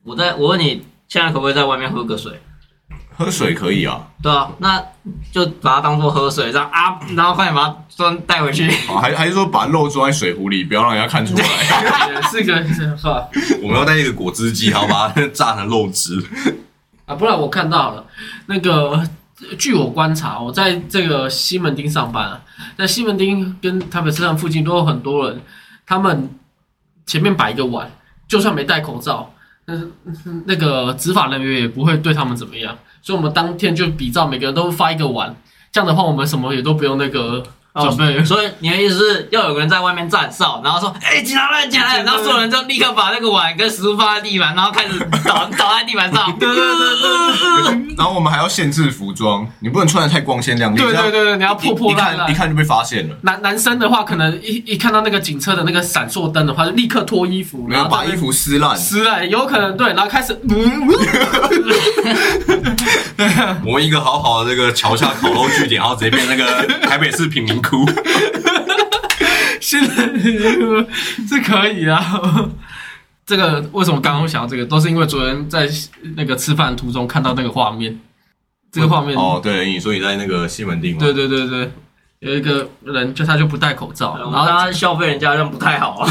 Speaker 3: 我在我问你，现在可不可以在外面喝个水？
Speaker 2: 喝水可以 啊，
Speaker 3: 对啊，那就把它当做喝水，这样啊，然后快点把它装带回 去。
Speaker 2: 啊还还是说把肉装在水壶里，不要让人家看出来。
Speaker 4: 也是个想法
Speaker 1: 我们要带一个果汁机，好吧， 榨成肉汁。
Speaker 4: 啊，不然我看到了那个。据我观察，我在这个西门町上班啊，在西门町跟台北车站附近都有很多人，他们前面摆一个碗，就算没戴口罩，嗯，那个执法人员也不会对他们怎么样，所以我们当天就比照每个人都发一个碗，这样的话我们什么也都不用那个准备，
Speaker 3: 所以你的意思是要有个人在外面站哨，然后说：“哎、警察来，警察来！”然后所有人就立刻把那个碗跟食物放在地板，然后开始倒倒在地板上。 对对对对对。
Speaker 2: 然后我们还要限制服装，你不能穿的太光鲜亮丽。
Speaker 4: 对
Speaker 2: 这样
Speaker 4: 对对对，你要破破烂
Speaker 2: 一看一
Speaker 4: 烂。
Speaker 2: 看就被发现了。
Speaker 4: 男男生的话，可能一一看到那个警车的那个闪烁灯的话，就立刻脱衣服，
Speaker 2: 没有
Speaker 4: 然后
Speaker 2: 把衣服撕烂，
Speaker 4: 撕了，有可能对，然后开始，嗯，
Speaker 1: 我们一个好好的那个桥下烤肉据点，然后直接变那个台北市贫民窟。
Speaker 4: 是 是可以啊。这个为什么刚刚会想到这个，都是因为昨天在那个吃饭途中看到那个画面，这个画面，
Speaker 2: 哦，对，你说你在那个西门町吗？
Speaker 4: 对，对对对，有一个人就他就不戴口罩，
Speaker 3: 然
Speaker 4: 然
Speaker 3: 后
Speaker 4: 后
Speaker 3: 大家消费人家，这样不太好 啊。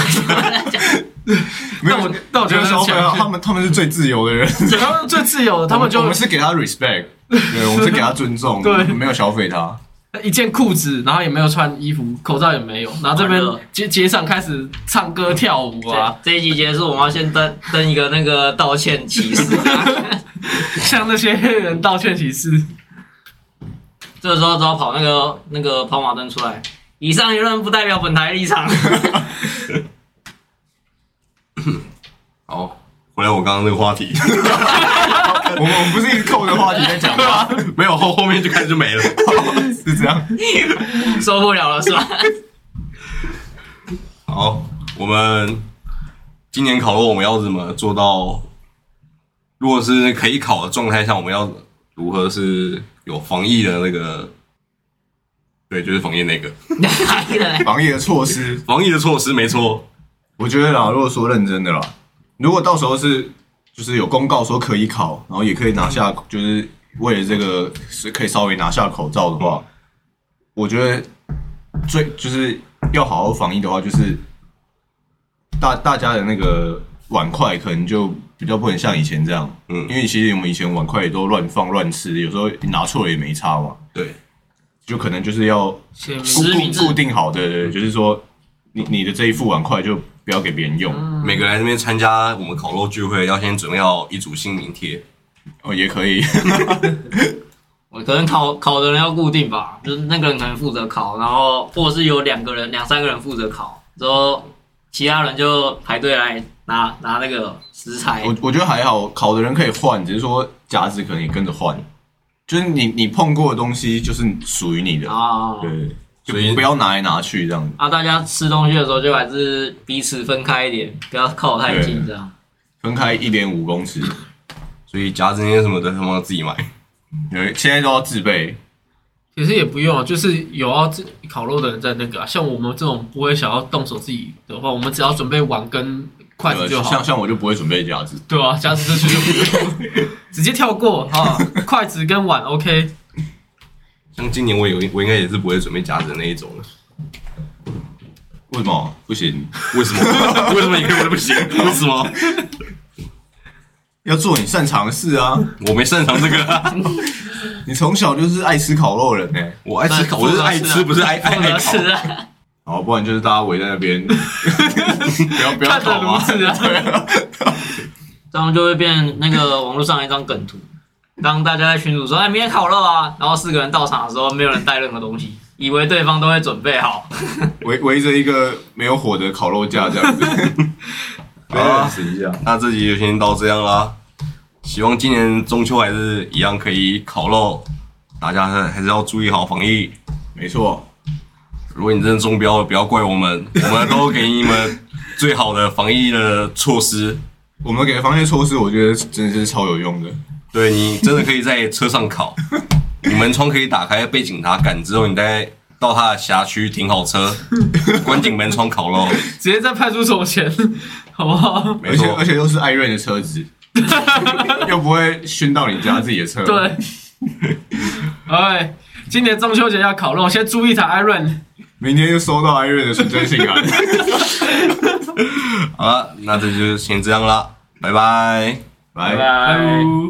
Speaker 2: 没有
Speaker 4: 但我但我觉得
Speaker 2: 消费啊，
Speaker 4: 很强
Speaker 2: 他们他们是最自由的人，
Speaker 4: 他们最自由的， 他们就
Speaker 2: 我们是给他 respect，对，我们是给他尊重，
Speaker 4: 对
Speaker 2: 没有消费他，
Speaker 4: 一件裤子，然后也没有穿衣服，口罩也没有，然后这
Speaker 3: 完
Speaker 4: 边
Speaker 3: 了
Speaker 4: 街街上开始唱歌跳舞啊，
Speaker 3: 这一集结束，我们要先登登一个那个道歉启事、
Speaker 4: 向那些黑人道歉启事。
Speaker 3: 这个时候只要跑那个那个跑马灯出来。以上言论不代 表本台立场。
Speaker 1: 好，回来我刚刚那个话题，
Speaker 2: 我们我们不是一直扣着话题在讲 吗？
Speaker 1: 没有后后面就开始就没了。
Speaker 2: 是这样。
Speaker 3: 受不了了 是吧？
Speaker 1: 好，我们今年烤肉我们要怎么做到？如果是可以烤的状态下，我们要如何是有防疫的那个？对，就是防疫那个
Speaker 3: 哪一个人？
Speaker 2: 防疫的措施，
Speaker 1: 防疫的措施，没错。
Speaker 2: 我觉得啦，如果说认真的啦，如果到时候是就是有公告说可以考，然后也可以拿下，就是为了这个是可以稍微拿下口罩的话，我觉得最就是要好好防疫的话，就是大大家的那个碗筷可能就比较不能像以前这样，
Speaker 1: 嗯
Speaker 2: 因为其实我们以前碗筷也都乱放乱吃，有时候拿错了也没差嘛，
Speaker 1: 对，
Speaker 2: 就可能就是要
Speaker 4: 啊
Speaker 3: 实
Speaker 2: 固
Speaker 3: 名制
Speaker 2: 固固定好，对对对，就是说你你的这一副碗筷就不要给别人用。
Speaker 1: 每个来这边参加我们烤肉聚会，要先准备好一组姓名贴。
Speaker 2: 哦，也可以，
Speaker 3: 我可能考考的人要固定吧，就是那个人可能负责考，然后或者是有两个人、两三个人负责考，之后其他人就排队来拿拿那个食
Speaker 4: 哎
Speaker 3: 材。
Speaker 2: 我我觉得还好，烤的人可以换，只是说夹子可能也跟着换，就是你你碰过的东西就是属于你的，
Speaker 3: 啊
Speaker 4: 哦
Speaker 2: 对，
Speaker 1: 所以
Speaker 2: 就不要拿来拿去这样子。
Speaker 3: 啊！大家吃东西的时候就还是彼此分开一点，不要靠太近这样。
Speaker 2: 分开一点五公尺，
Speaker 1: 所以夹子那些什么的，他们要自己买。
Speaker 2: 有现在都要自备，
Speaker 4: 其实也不用啊，就是有要自烤肉的人在那个、啊，像我们这种不会想要动手自己的话，我们只要准备碗跟筷子就好
Speaker 2: 呃像。像我就不会准备夹子，
Speaker 4: 对啊，夹子这些就不用，直接跳过啊。 筷子跟碗 OK，
Speaker 1: 像今年我有我应该也是不会准备夹子的那一种了。
Speaker 2: 为什么不行？
Speaker 1: 为什么？ 为什么你跟我都不行？为什么？
Speaker 2: 要做你擅长的事 啊！
Speaker 1: 我没擅长这个、
Speaker 2: 你从小就是爱吃烤肉的人呢、
Speaker 1: 我爱吃烤，我是爱吃，不是爱爱
Speaker 3: 负
Speaker 1: 爱
Speaker 3: 责
Speaker 1: 烤
Speaker 3: 吃。啊，
Speaker 2: 好，不然就是大家围在那 边，不要不要
Speaker 4: 看着
Speaker 2: 烤
Speaker 4: 炉
Speaker 2: 啊！
Speaker 4: 子啊。
Speaker 3: 这样就会变那个网络上一张梗图。当大家在群主说“哎，明天烤肉啊”，然后四个人到场的时候，没有人带任何东西，以为对方都会准备好，
Speaker 2: 围围着一个没有火的烤肉架这样 子，
Speaker 1: 好啊
Speaker 2: 试一下。
Speaker 1: 那这集就先到这样啦。希望今年中秋还是一样可以烤肉，大家还还是要注意好防疫。
Speaker 2: 没错，
Speaker 1: 如果你真的中标了，不要怪我们，我们都给你们最好的防疫的措施。
Speaker 2: 我们给的防疫措施，我觉得真的是超有用的。
Speaker 1: 对你真的可以在车上烤，你门窗可以打开，被警察赶之后，你再到他的辖区停好车，关紧门窗烤肉。
Speaker 4: 直接在派出所前，好不好？
Speaker 1: 没
Speaker 2: 而且
Speaker 1: 错
Speaker 2: 而，且又是艾瑞的车 子，又不会熏到你家自己的车。
Speaker 4: 对， 哎，今年中秋节要烤肉，先租一台 Iron。
Speaker 2: 明天就收到艾瑞的纯真信 函。
Speaker 1: 好了，那这就先这样啦，拜拜。
Speaker 2: 拜
Speaker 3: 拜。
Speaker 4: 哎呦